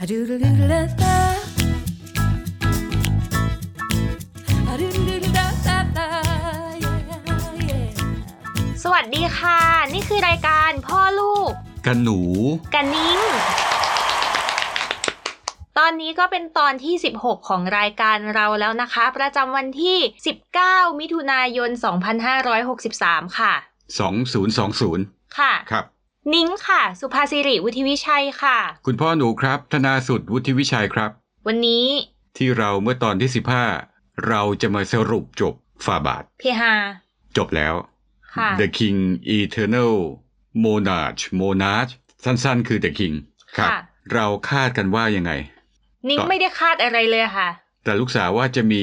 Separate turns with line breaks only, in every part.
A doodle-doodle da. A doodle-doodle da da da. Yeah, yeah.
สวัสดีค่ะ นี่คือรายการพ่อลูก
กันหนู
กันนิ้ง ตอนนี้ก็เป็นตอนที่ 16 ของรายการเราแล้วนะคะ ประจำวันที่ 19 มิถุนายน 2563 ค่ะ
2020
ค่ะ
ครับ
นิ้งค่ะ สุภาสิริวุฒิวิชัยค่ะ
คุณพ่อหนูครับ ธนาสุดวุฒิวิชัยครับ
วันนี้
ที่เราเมื่อตอนที่ 15 เราจะมาสรุปจบฝาบาท
พี่ฮา
จบแล้ว
ค่ะ
The King Eternal Monarch Monarch สั้นๆ คือ The King ครับ
ค่ะ
เราคาดกันว่ายังไง
นิ้ง
ก่อน
ไม่ได้คาดอะไรเลยค่ะ
แต่ลูกสาวว่าจะมี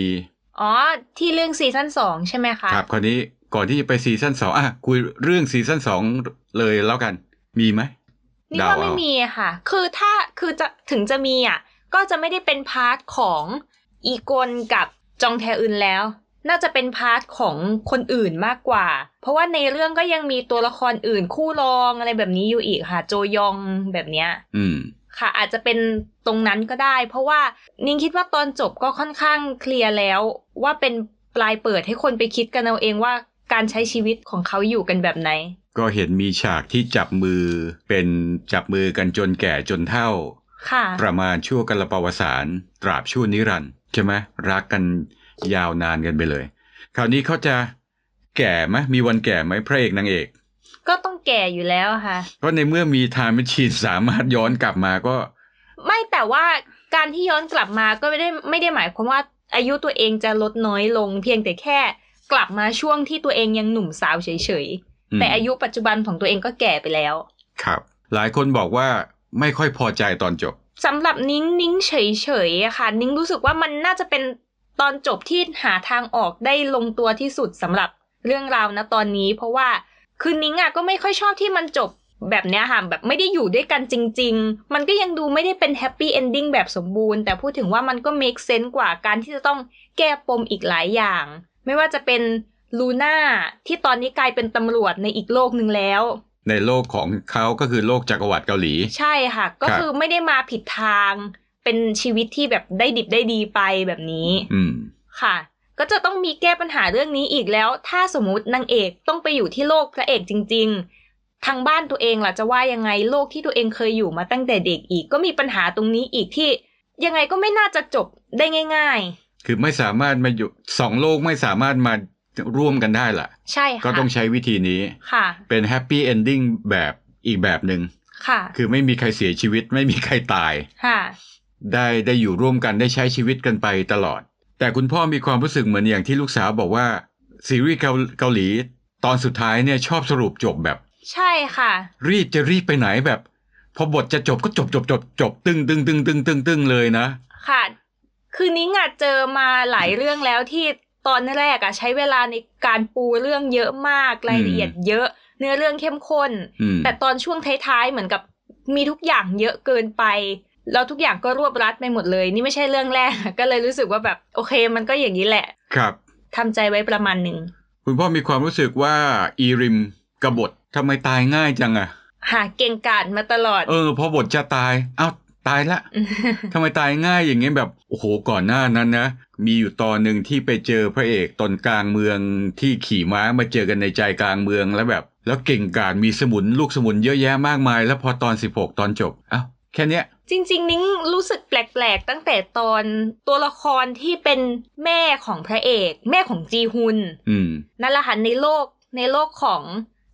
อ๋อ ที่เรื่องซีซั่น2ใช่ไหมคะ
ครับคราวนี้ก่อนที่จะไปซีซั่นสองอ่ะคุยเรื่องซีซั่นสองเลยแล้วกัน มีไหม
นี่
เด
ว่า
เอ
ไม่มีค่ะ คือถ้า คือจะ ถึงจะมีอ่ะ ก็จะไม่ได้เป็นพาร์ทของอีกนกับจองแทอึนแล้ว น่าจะเป็นพาร์ทของคนอื่นมากกว่า เพราะว่าในเรื่องก็ยังมีตัวละครอื่นคู่รองอะไรแบบนี้อยู่อีกค่ะ โจยองแบบเนี้ย
อืม
ค่ะ อาจจะเป็นตรงนั้นก็ได้ เพราะว่านิ้งคิดว่าตอนจบก็ค่อนข้างเคลียร์แล้ว ว่าเป็นปลายเปิดให้คนไปคิดกันเอาเองว่าการใช้ชีวิตของเขาอยู่กันแบบไหน
ก็เห็นมีฉากที่จับมือเป็นจับมือกันจนแก่จนเฒ่า
ค่ะ
ประมาณชั่วกัลปวสารตราบชั่วนิรันดร์ใช่ไหมรักกันยาวนานกันไปเลย คราวนี้เขาจะแก่ไหมมีวันแก่ไหมพระเอกนางเอก
ก็ต้องแก่อยู่แล้วค่ะ
ก็ในเมื่อมีทางมชีนสามารถย้อนกลับมาก็
ไม่แต่ว่าการที่ย้อนกลับมาก็ไม่ได้ไม่ได้หมายความว่าอายุตัวเองจะลดน้อยลง เพียงแต่แค่กลับมาช่วงที่ตัวเองยังหนุ่มสาวเฉย
อื
ๆ
ม
แต่อายุปัจจุบันของตัวเองก็แก่ไปแล้ว
ครับ หลายคนบอกว่าไม่ค่อยพอใจตอนจบ
สำหรับนิ้งนิ้งเฉยๆอะค่ะ นิ้งรู้สึกว่ามันน่าจะเป็นตอนจบที่หาทางออกได้ลงตัวที่สุดสำหรับเรื่องราวนะตอนนี้ เพราะว่าคือนิ้งอะก็ไม่ค่อยชอบที่มันจบแบบเนี้ยค่ะแบบไม่ได้อยู่ด้วยกันจริง ๆ มันก็ยังดูไม่ได้เป็นแฮปปี้เอนดิ้งแบบสมบูรณ์ แต่พูดถึงว่ามันก็ make sense กว่าการที่จะต้องแก้ปมอีกหลายอย่าง ไม่ว่าจะเป็นลูน่าที่ตอนนี้กลายเป็นตำรวจในอีกโลกหนึ่งแล้ว
ในโลกของเขาก็คือโลกจักรวรรดิเกาหลี
ใช่ค่ะ ก็
ครับ
คือไม่ได้มาผิดทาง เป็นชีวิตที่แบบได้ดิบได้ดีไปแบบนี้
อืม
ค่ะ ก็จะต้องมีแก้ปัญหาเรื่องนี้อีกแล้ว ถ้าสมมตินางเอกต้องไปอยู่ที่โลกพระเอกจริง ๆ ทางบ้านตัวเองล่ะจะว่ายังไงโลกที่ตัวเองเคยอยู่มาตั้งแต่เด็กอีก ก็มีปัญหาตรงนี้อีกที่ ยังไงก็ไม่น่าจะจบได้ง่าย
คือไม่สามารถมาอยู่สองโลกไม่สามารถมาร่วมกันได้ล่ะ
ๆ ใช่ค่ะ
ก็ต้องใช้วิธีนี้
ค่ะ
เป็นแฮปปี้เอนดิ้งแบบอีกแบบหนึง่ง
ค่ะ
คือไม่มีใครเสียชีวิต ไม่มีใครตาย
ค่ะ
ได้ได้อยู่ร่วมกันได้ใช้ชีวิตกันไปตลอด แต่คุณพ่อมีความรู้สึกเหมือนอย่างที่ลูกสาวบอกว่า ซีรีส์เกาเกาหลี ตอนสุดท้ายเนี่ยชอบสรุปจบแบบ
ใช่ค่ะ
รีบจะรีบไปไหนแบบ พอบทจะจบก็จบจบจบจบตึงตึงตึงตึงตึงตึงเลยนะ
ค่ะ คือนิ้งอะเจอมาหลายเรื่องแล้วที่ตอนแรกอะใช้เวลาในการปูเรื่องเยอะมากรายละเอียดเยอะ เนื้อเรื่องเข้มข้น
อืม
แต่ตอนช่วงท้ายๆเหมือนกับมีทุกอย่างเยอะเกินไป แล้วทุกอย่างก็รวบรัดไปหมดเลย นี่ไม่ใช่เรื่องแรก ก็เลยรู้สึกว่าแบบโอเค มันก็อย่างนี้แหละ
ครับ
ทำใจไว้ประมาณหนึ่ง
คุณพ่อมีความรู้สึกว่าอีริมกบฏทำไมตายง่ายจังอะ
หาเก่งกาจมาตลอด
เออ พอบทจะตายเอ้าตายละ ทำไมตายง่ายอย่างเงี้ยแบบโอ้โหก่อนหน้านั้นนะ มีอยู่ตอนหนึ่งที่ไปเจอพระเอกตอนกลางเมืองที่ขี่ม้ามาเจอกันในใจกลางเมืองแล้วแบบ แล้วเก่งกาจมีสมุนลูกสมุนเยอะแยะมากมาย แล้วพอตอน 16 ตอนจบเอ้าแค่เนี้ย
จริง ๆ นิ้งรู้สึกแปลกๆ ตั้งแต่ตอนตัวละครที่เป็นแม่ของพระเอก แม่ของจีฮุน
อืม
นั่นแหละค่ะในโลกในโลกของ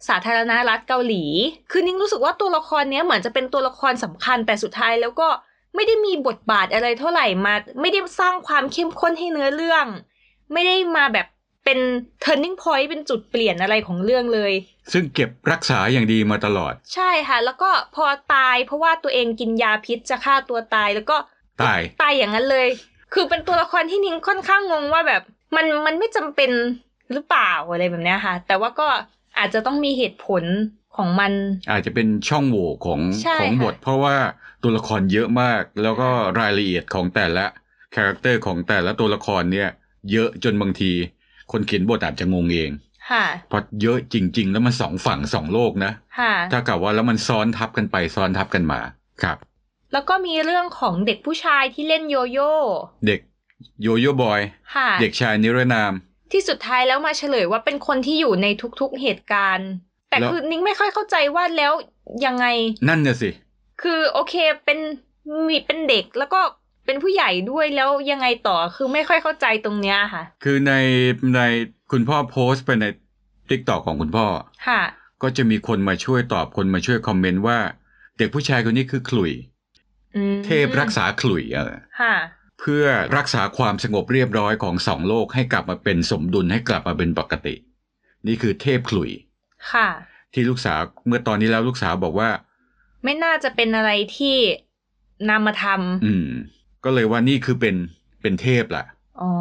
สาธารณรัฐเกาหลี คือนิ้งรู้สึกว่าตัวละครเนี้ยเหมือนจะเป็นตัวละครสำคัญแต่สุดท้ายแล้วก็ไม่ได้มีบทบาทอะไรเท่าไหร่มา ไม่ได้สร้างความเข้มข้นให้เนื้อเรื่อง ไม่ได้มาแบบเป็น turning point เป็นจุดเปลี่ยนอะไรของเรื่องเลย
ซึ่งเก็บรักษาอย่างดีมาตลอด
ใช่ค่ะ แล้วก็พอตายเพราะว่าตัวเองกินยาพิษจะฆ่าตัวตายแล้วก็
ตาย
ตายอย่างนั้นเลย คือเป็นตัวละครที่นิ้งค่อนข้างงงว่าแบบมันมันไม่จำเป็นหรือเปล่าอะไรแบบเนี้ยค่ะ แต่ว่าก็อาจจะต้องมีเหตุผลของมัน
อาจจะเป็นช่องโหว่ของ
ใช่
ของ
ค่ะ
บท เพราะว่าตัวละครเยอะมาก แล้วก็รายละเอียดของแต่ละคาแรคเตอร์ของแต่ละตัวละครเนี่ย เยอะจนบางที คนเขียนบทอาจจะงงเอง
ค่ะ
เพราะเยอะจริง ๆ แล้วมันสองฝั่งสองโลกนะ
ค่ะ
ถ้ากับว่าแล้วมันซ้อนทับกันไปซ้อนทับกันมาครับ
แล้วก็มีเรื่องของเด็กผู้ชายที่เล่นโยโย่
เด็กโยโย่บอย
ค่ะ
เด็กชายนิรนาม
ที่สุดท้ายแล้วมาเฉลยว่าเป็นคนที่อยู่ในทุกๆเหตุการณ์ แต่
แล้ว
คือนิ้งไม่ค่อยเข้าใจว่าแล้วยังไง
นั่นน่ะสิ
คือโอเคเป็นมีเป็นเด็กแล้วก็เป็นผู้ใหญ่ด้วยแล้วยังไงต่อคือไม่ค่อยเข้าใจตรงเนี้ยค่ะ
คือในในคุณพ่อโพสต์ไปในติ๊กตอกของคุณพ่อ
ค่ะ
ก็จะมีคนมาช่วยตอบคนมาช่วยคอมเมนต์ว่า เด็กผู้ชายคนนี้คือขลุ่ย
อืม
เทพรักษาขลุ่ยเออ
ค่ะ
เพื่อรักษาความสงบเรียบร้อยของสองโลกให้กลับมาเป็นสมดุลให้กลับมาเป็นปกติ นี่คือเทพขลุ่ย
ค่ะ
ที่ลูกสาวเมื่อตอนนี้แล้วลูกสาวบอกว่า
ไม่น่าจะเป็นอะไรที่นำมาท
อืม ก็เลยว่านี่คือเป็นเป็นเทพล่ะ
ำอ๋อ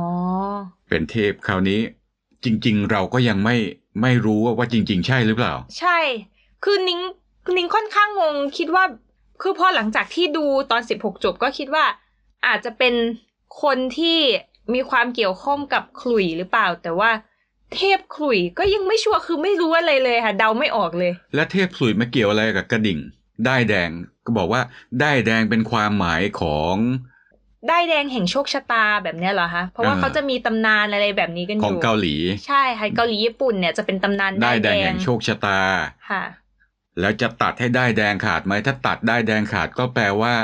เป็นเทพคราวนี้ จริง ๆ เราก็ยังไม่ไม่รู้ว่าว่าจริง ๆ ใช่หรือเปล่า
ใช่ คือนิ้งนิ้งค่อนข้างงง คิดว่า คือพอหลังจากที่ดูตอน 16 จบก็คิดว่า อาจจะเป็นคนที่มีความเกี่ยวข้องกับขลุ่ยหรือเปล่า แต่ว่าเทพขลุ่ยก็ยังไม่ชัวร์ คือไม่รู้อะไรเลยค่ะ เดาไม่ออกเลย
และเทพสุยมาเกี่ยวอะไรกับกระดิ่ง ได้ายแดงก็บอกว่าได้ายแดงเป็นความหมายของ
ได้ายแดงแห่งโชคชะตาแบบเนี้ยเหรอคะ เพราะว่า
อ่า
เขาจะมีตำนานอะไรแบบนี้กันอ
ของ
ยู่
เกาหลี
ใช่ค่ะเกาหลีญี่ปุ่นเนี่ยจะเป็นตำนาน
ได้า
ได้าย ยแด
แดง
ง
แห่งโชคชะตา
ค่ะ
แล้วจะตัดให้ได้ายแดงขาดไหมถ้าตัดได้ายแดงขาดก็แปลว่า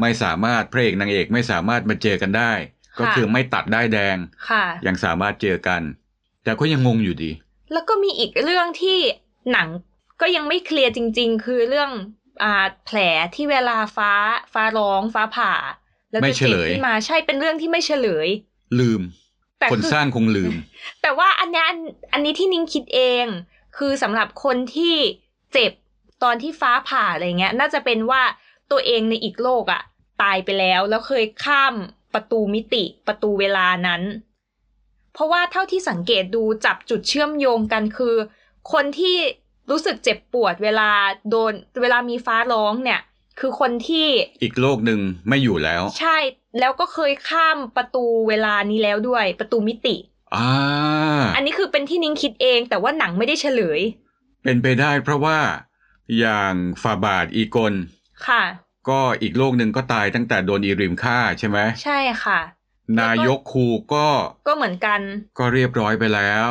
ไม่สามารถพระเอกนางเอกไม่สามารถมาเจอกันได้ ก็
ค่ะ
คือไม่ตัดได้ายแดง
ค่ะ
ยังสามารถเจอกัน แต่ก็ยังงงอยู่ดี
แล้วก็มีอีกเรื่องที่หนังก็ยังไม่เคลียร์จริง ๆ คือเรื่องอ่าแผลที่เวลาฟ้าฟ้าร้องฟ้าผ่า แล้ว
ไม่
จะ
เฉล
เจ็บ
ย
ขึ้นมาใช่เป็นเรื่องที่ไม่เฉลย
ลืม
แต่
คน
คือ
สร้างคงลื ม
แต่ว่าอันเนี้ยอันอันนี้ที่นิ้งคิดเอง คือสำหรับคนที่เจ็บตอนที่ฟ้าผ่าอะไรเงี้ย น่าจะเป็นว่าตัวเองในอีกโลกอะตายไปแล้วแล้วเคยข้ามประตูมิติประตูเวลานั้น เพราะว่าเท่าที่สังเกตดูจับจุดเชื่อมโยงกันคือ คนที่รู้สึกเจ็บปวดเวลาโดนเวลามีฟ้าร้องเนี่ย คือคนที่
อีกโลกหนึ่งไม่อยู่แล้ว
ใช่แล้วก็เคยข้ามประตูเวลานี้แล้วด้วย ประตูมิติ
อ่า
อันนี้คือเป็นที่นิ้งคิดเอง แต่ว่าหนังไม่ได้เฉลย
เป็นไปได้เพราะว่าอย่างฝาบาทอีกล
ค่ะ
ก็อีกโลกหนึ่งก็ตายตั้งแต่โดนอีริมฆ่าใช่ไหม
ใช่ค่ะ
นายกครูก็
ก็เหมือนกัน
ก็เรียบร้อยไปแล้ว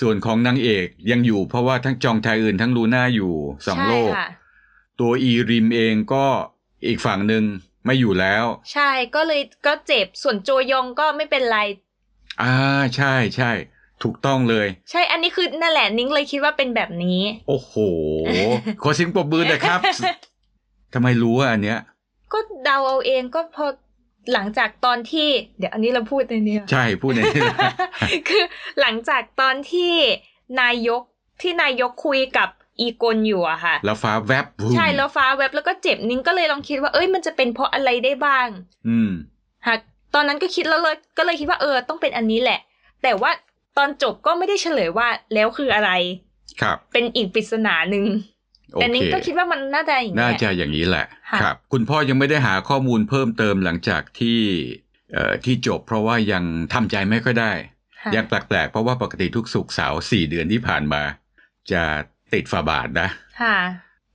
ส่วนของนางเอกยังอยู่เพราะว่าทั้งจองไทยอื่นทั้งลูน่าอยู่สอง
ใช่
โลก
ค่ะ
ตัวอีริมเองก็อีกฝั่งหนึ่งไม่อยู่แล้ว
ใช่ก็เลยก็เจ็บส่วนโจยองก็ไม่เป็นไร
อ่าใช่ใช่ถูกต้องเลย
ใช่อันนี้คือนั่นแหละนิ้งเลยคิดว่าเป็นแบบนี้
โอ้โห ขอเสิงปรบมือหน่อยครับ ทำไมรู้อ่ะอันเนี้ย
ก็เดาเอาเองก็พอหลังจากตอนที่ เดี๋ยวอันนี้เราพูดในเนี้ย
ใช่พูดใน นี้
คือหลังจากตอนที่นายกที่นายกคุยกับอีกลอยู่อะค่ะ
แล้วฟ้าแวบวูม
ใช่แล้วฟ้าแวบแล้วก็เจ็บนิ้งก็เลยลองคิดว่าเอ้ยมันจะเป็นเพราะอะไรได้บ้าง
อืม
หากตอนนั้นก็คิดแล้วเลยก็เลยคิดว่าเออต้องเป็นอันนี้แหละ แต่ว่าตอนจบก็ไม่ได้เฉลยว่าแล้วคืออะไร
ครับ
เป็นอีกปริศนาหนึ่ง
โอ
แต่
เค
นิ้งก็คิดว่ามันน่าจะอย่าง
น่า
เงี้
จะ
ย
อย่างนี้แหละ
ค่ะ
ครับ คุณพ่อยังไม่ได้หาข้อมูลเพิ่มเติมหลังจากที่เอ่อที่จบเพราะว่ายังทำใจไม่ค่อยได้
ค่ะ
ยังแปลกๆ เพราะว่าปกติทุกสุกร์เสาร์สี่เดือนที่ผ่านมา จะติดฝาบาทนะ
ค่ะ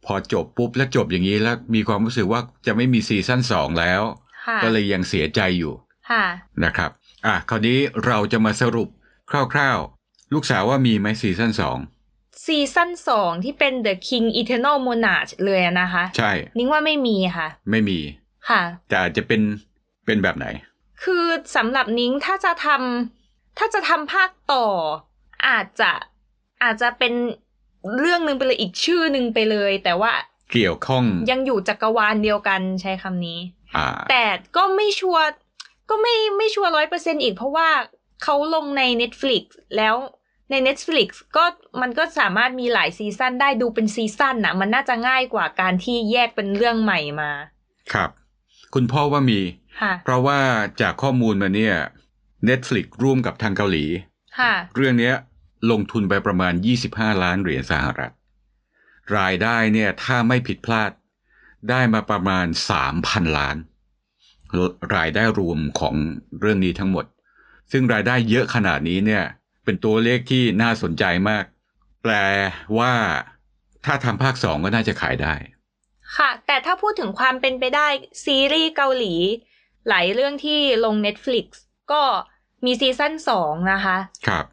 พอจบปุ๊บแล้วจบอย่างนี้แล้วมีความรู้สึกว่าจะไม่มีซีซั่นสองแล้ว
ค่ะ
ก็เลยยังเสียใจอยู่
ค่ะ
นะครับ อ่ะคราวนี้เราจะมาสรุปคร่าวๆ ลูกสาวว่ามีไหมซีซั่นสอง
ซีซั่นสองที่เป็น The King Eternal Monarch เลยอะนะคะ
ใช่
นิ้งว่าไม่มีค่ะ
ไม่มี
ค่ะ
แต่อาจจะเป็นเป็นแบบไหน
คือสำหรับนิ้งถ้าจะทำถ้าจะทำภาคต่อ อาจจะอาจจะเป็นเรื่องหนึ่งไปเลยอีกชื่อหนึ่งไปเลย แต่ว่า
เกี่ยวข้อง
ยังอยู่จักรวาลเดียวกันใช้คำนี้
อ่า
แต่ก็ไม่ชัวร์ก็ไม่ไม่ชัวร้อยเปอร์เซ็นอีกเพราะว่าเขาลงใน Netflix แล้วใน Netflix ก็มันก็สามารถมีหลายซีซั่นได้ดูเป็นซีซั่นน่ะ มันน่าจะง่ายกว่าการที่แยกเป็นเรื่องใหม่มา
ครับ คุณพ่อว่ามี
ค่ะ
เพราะว่าจากข้อมูลมาเนี่ย Netflix ร่วมกับทางเกาหลี
ค่ะ
เรื่องเนี้ยลงทุนไปประมาณ 25 ล้านเหรียญสหรัฐ รายได้เนี่ยถ้าไม่ผิดพลาด ได้มาประมาณ 3,000 ล้าน รายได้รวมของเรื่องนี้ทั้งหมด ซึ่งรายได้เยอะขนาดนี้เนี่ย เป็นตัวเลขที่น่าสนใจมาก แปลว่าถ้าทำภาคสองก็น่าจะขายได้
ค่ะ แต่ถ้าพูดถึงความเป็นไปได้ซีรีส์เกาหลี หลายเรื่องที่ลง Netflix ก็มีซีซั่นสองนะคะ
ครับ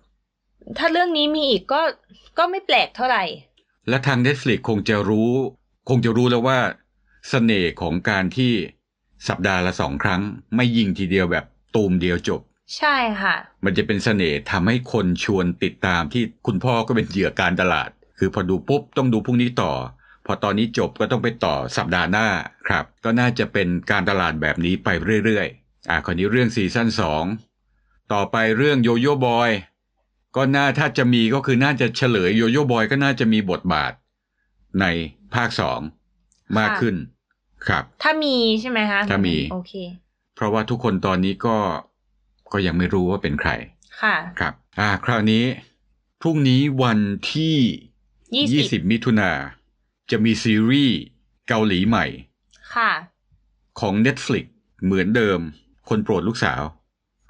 ถ้าเรื่องนี้มีอีกก็ก็ไม่แปลกเท่าไหร่
และทาง Netflix คงจะรู้ คงจะรู้แล้วว่าเสน่ห์ของการที่สัปดาห์ละสองครั้ง ไม่ยิงทีเดียวแบบตูมเดียวจบ
ใช่ค่ะ
มันจะเป็นเสน่ห์ทำให้คนชวนติดตามที่คุณพ่อก็เป็นเหยื่อการตลาด คือพอดูปุ๊บต้องดูพรุ่งนี้ต่อ พอตอนนี้จบก็ต้องไปต่อสัปดาห์หน้าครับ ก็น่าจะเป็นการตลาดแบบนี้ไปเรื่อยๆ อ่ะคราวนี้เรื่องซีซั่น2ต่อไปเรื่องโยโย่บอยก็น่าถ้าจะมีก็คือน่าจะเฉลยโยโย่บอยก็น่าจะมีบทบาทในภาคสองมากขึ้นครับ
ถ้ามีใช่ไหมคะ
ถ้ามี
โอเค
เพราะว่าทุกคนตอนนี้ก็ก็ยังไม่รู้ว่าเป็นใคร
ค่ะ
ครับ อ่า คราวนี้ พรุ่งนี้วันที่
ยี่สิบ
20 มิถุนา จะมีซีรีส์เกาหลีใหม่
ค่ะ
ของ Netflix เหมือนเดิม คนโปรดลูกสาว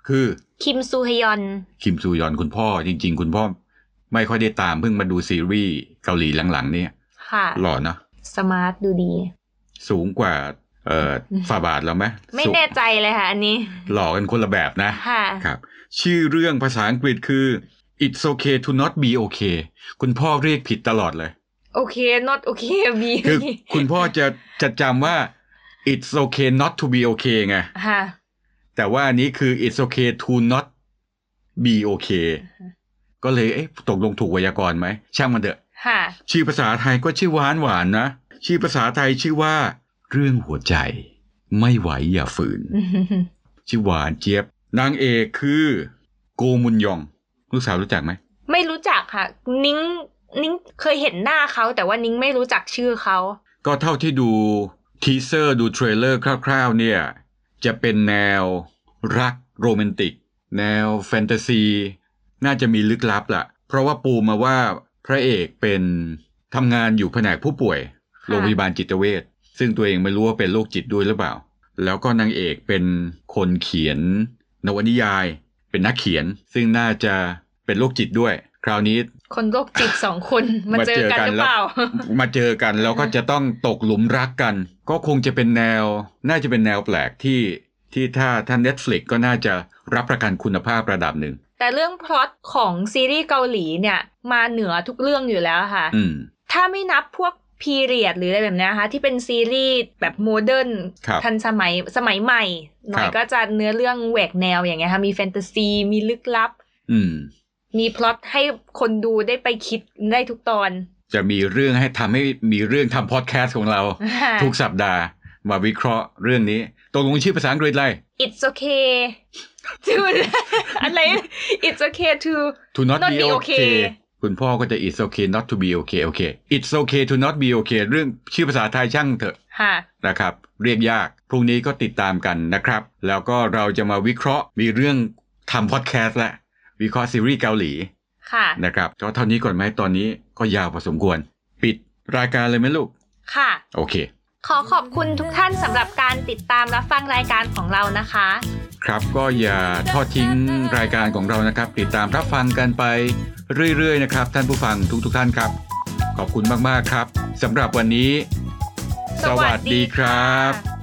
คือ
คิมซูฮยอน
คิมซูยอนคุณพ่อ จริง ๆ คุณพ่อ ไม่ค่อยได้ตามเพิ่งมาดูซีรีส์เกาหลีหลังๆ เนี่ย
ค่ะ
หล่อเนอะ
สมาร์ทดูดี
สูงกว่า เอ่อ ฝ่าบาทแล้วไหม
ไม่
สูง
แน่ใจเลยค่ะ อันนี้
หล่อกันคนละแบบนะ
ค่ะ
ครับ ชื่อเรื่องภาษาอังกฤษคือ it's okay to not be okay คุณพ่อเรียกผิดตลอดเลย
โอเค not โอเคบี
คือคุณพ่อจะจะจำว่า it's okay not to be okay ไง
ค่ะ
แต่ว่าอันนี้คือ it's okay to not be okay ก็เลย เอ๊ะ ตกลงถูกไวยากรณ์ไหม ช่างมันเถอะ
ค่ะ
ชื่อภาษาไทยก็ชื่อหวานหวานๆนะ ชื่อภาษาไทยชื่อว่า เรื่องหัวใจ ไม่ไหวอย่าฝืน ชื่อหวานเจี๊ยบ นางเอกคือโกมุนยอง ลูกสาวรู้จักไหม
ไม่รู้จักค่ะ นิ้งนิ้งเคยเห็นหน้าเขา แต่ว่านิ้งไม่รู้จักชื่อเขา
ก็เท่าที่ดูทีเซอร์ดูเทรลเลอร์คร่าวๆ เนี่ย จะเป็นแนวรักโรแมนติก แนวแฟนตาซี น่าจะมีลึกลับล่ะ เพราะว่าปูมาว่าพระเอกเป็นทำงานอยู่แผนกผู้ป่วย
ะ
โรงพยาบาลจิตเวชซึ่งตัวเองไม่รู้ว่าเป็นโรคจิตด้วยหรือเปล่า แล้วก็นางเอกเป็นคนเขียน นวนิยาย เป็นนักเขียน ซึ่งน่าจะเป็นโรคจิตด้วย คราวนี้
คนโรคจิตสองคน มาเจอกันหรือเปล่า
มาเจอกันแล้วก็จะต้องตกหลุมรักกัน ก็คงจะเป็นแนว น่าจะเป็นแนวแปลกที่ที่ถ้าท่าน Netflix ก็น่าจะรับประกันคุณภาพระดับหนึ่ง
แต่เรื่องพล็อตของซีรีส์เกาหลีเนี่ย มาเหนือทุกเรื่องอยู่แล้วค่ะ
อืม
ถ้าไม่นับพวกพีเรียดหรืออะไรแบบเนี้ยนะคะที่เป็นซีรีส์แบบโมเดิร์น
ครับ
ทันสมัยสมัยใหม่ หน่อย
ครับ
ก็จะเนื้อเรื่องแหวกแนวอย่างเงี้ยค่ะมีแฟนตาซีมีลึกลับ
อืม
มีพล็อตให้คนดูได้ไปคิดได้ทุกตอน
จะมีเรื่องให้ทำให้มีเรื่องทำพอดแคสต์ของเรา ทุกสัปดาห์ มาวิเคราะห์เรื่องนี้ตกลงชื่อภาษาอังกฤษอะไร
It's okay to อะไร It's okay to
to not,
Not
be
be
okay.
okay
คุณพ่อก็จะ it's okay not to be okay โอเค it's okay to not be okay เรื่องชื่อภาษาไทยช่างเถอะ
ค่ะ
นะครับเรียกยากพรุ่งนี้ก็ติดตามกันนะครับ แล้วก็เราจะมาวิเคราะห์มีเรื่องทำพอดแคสต์และ วิเคราะห์ซีรีส์เกาหลี
ค่ะ
นะครับก็เท่านี้ก่อนไหมตอนนี้ก็ยาวพอสมควร ปิดรายการเลยไหมลูก
ค่ะ
โอเค
ขอขอบคุณทุกท่านสำหรับการติดตามรับฟังรายการของเรานะคะ
ครับก็อย่าทอดทิ้งรายการของเรานะครับ ติดตามรับฟังกันไปเรื่อยๆนะครับ ท่านผู้ฟังทุกๆท่านครับ ขอบคุณมากๆครับสำหรับวันนี้ สวัสดีครับ